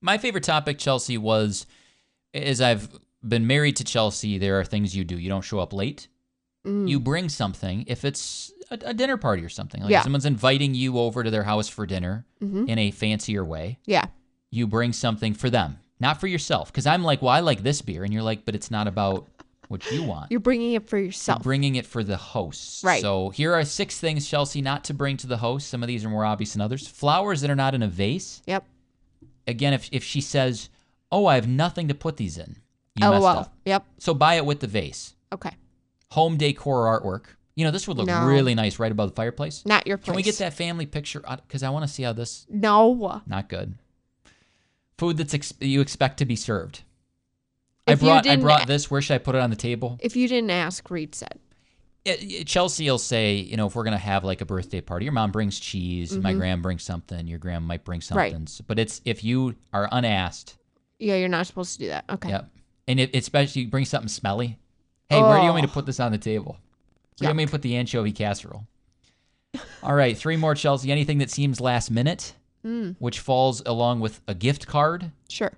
my favorite topic, Chelsea, was as I've been married to Chelsea, there are things you do. You don't show up late. Mm. You bring something if it's a, a dinner party or something. Like Yeah. if someone's inviting you over to their house for dinner Mhm. in a fancier way. Yeah. You bring something for them, not for yourself. Because I'm like, well, I like this beer, and you're like, but it's not about what you want. You're bringing it for You're yourself. bringing it for the hosts. Right. So here are six things, Chelsea, not to bring to the host. Some of these are more obvious than others. Flowers that are not in a vase. yep. Again, if, if she says, oh, I have nothing to put these in, you messed LOL. up. Yep. So buy it with the vase. Okay. Home decor or artwork. You know, this would look No. really nice right above the fireplace. Not your place. Can we get that family picture? Because I want to see how this. No. Not good. Food that's ex- you expect to be served. If I you brought I didn't- brought this. Where should I put it on the table? If you didn't ask, Reed said. it- it- Chelsea will say, you know, if we're gonna have like a birthday party, your mom brings cheese, my grand brings something, your grand might bring Mm-hmm. Right. something. S- But it's if you are unasked, Yeah, you're not supposed to do that. Okay. yep, and it, especially you bring something smelly. Hey, where do you want me to Oh. put this on the table? Where do you want me to put the anchovy casserole? All right, three more, Chelsea. Anything that seems last minute, which falls along with a gift card, Sure.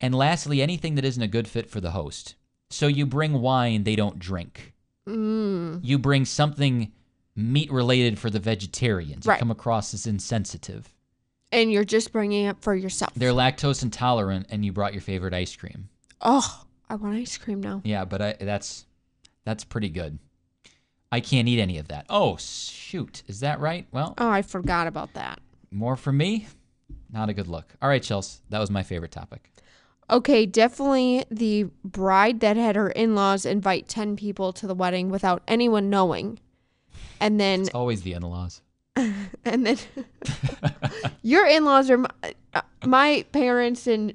and lastly, anything that isn't a good fit for the host. So you bring wine, they don't drink. Mm. you bring something meat related for the vegetarians. You Right. come across as insensitive. And you're just bringing it for yourself. They're lactose intolerant, and you brought your favorite ice cream. oh, I want ice cream now. Yeah, but I, that's that's pretty good. I can't eat any of that. Oh shoot, is that right? Well, Oh, I forgot about that. more for me. Not a good look. All right, Chelsea, that was my favorite topic. Okay, definitely the bride that had her in laws invite 10 people to the wedding without anyone knowing. And then, It's always the in-laws. and then your in laws are my, uh, my parents, and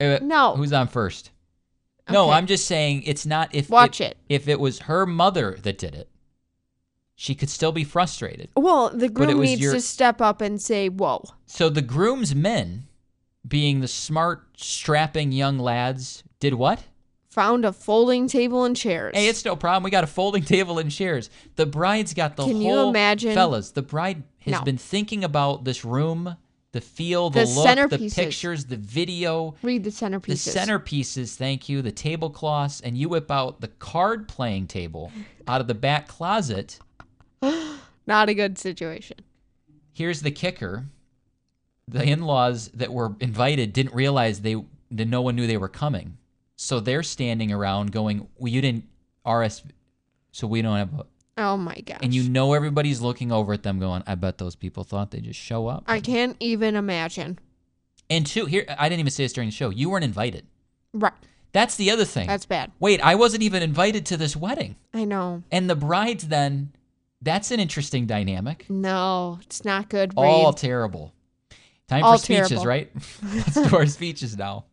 Uh, No. who's on first? No, Okay. I'm just saying it's not if Watch if- it. If it was her mother that did it, she could still be frustrated. well, the it groom was needs your- to step up and say, Whoa, So the groomsmen, being the smart, strapping young lads, did what? found a folding table and chairs. Hey, it's no problem. We got a folding table and chairs. The bride's got the Can you whole imagine- fellas. The bride has No. been thinking about this room, the feel, the, The look, centerpieces. the pictures, the video, Read the centerpieces. the centerpieces. Thank you. The tablecloths, and you whip out the card playing table out of the back closet. Not a good situation. Here's the kicker: the in-laws that were invited didn't realize they that no one knew they were coming, so they're standing around going, "Well, you didn't RS, so we don't have." A, Oh my gosh. and you know everybody's looking over at them, going, "I bet those people thought they just show up." I can't even imagine. and two, here I didn't even say this during the show. You weren't invited. Right. That's the other thing. That's bad. Wait, I wasn't even invited to this wedding, I know. and the bride's then. That's an interesting dynamic. No, it's not good. Read. All terrible. Time All for speeches, terrible. right? Let's do our speeches now.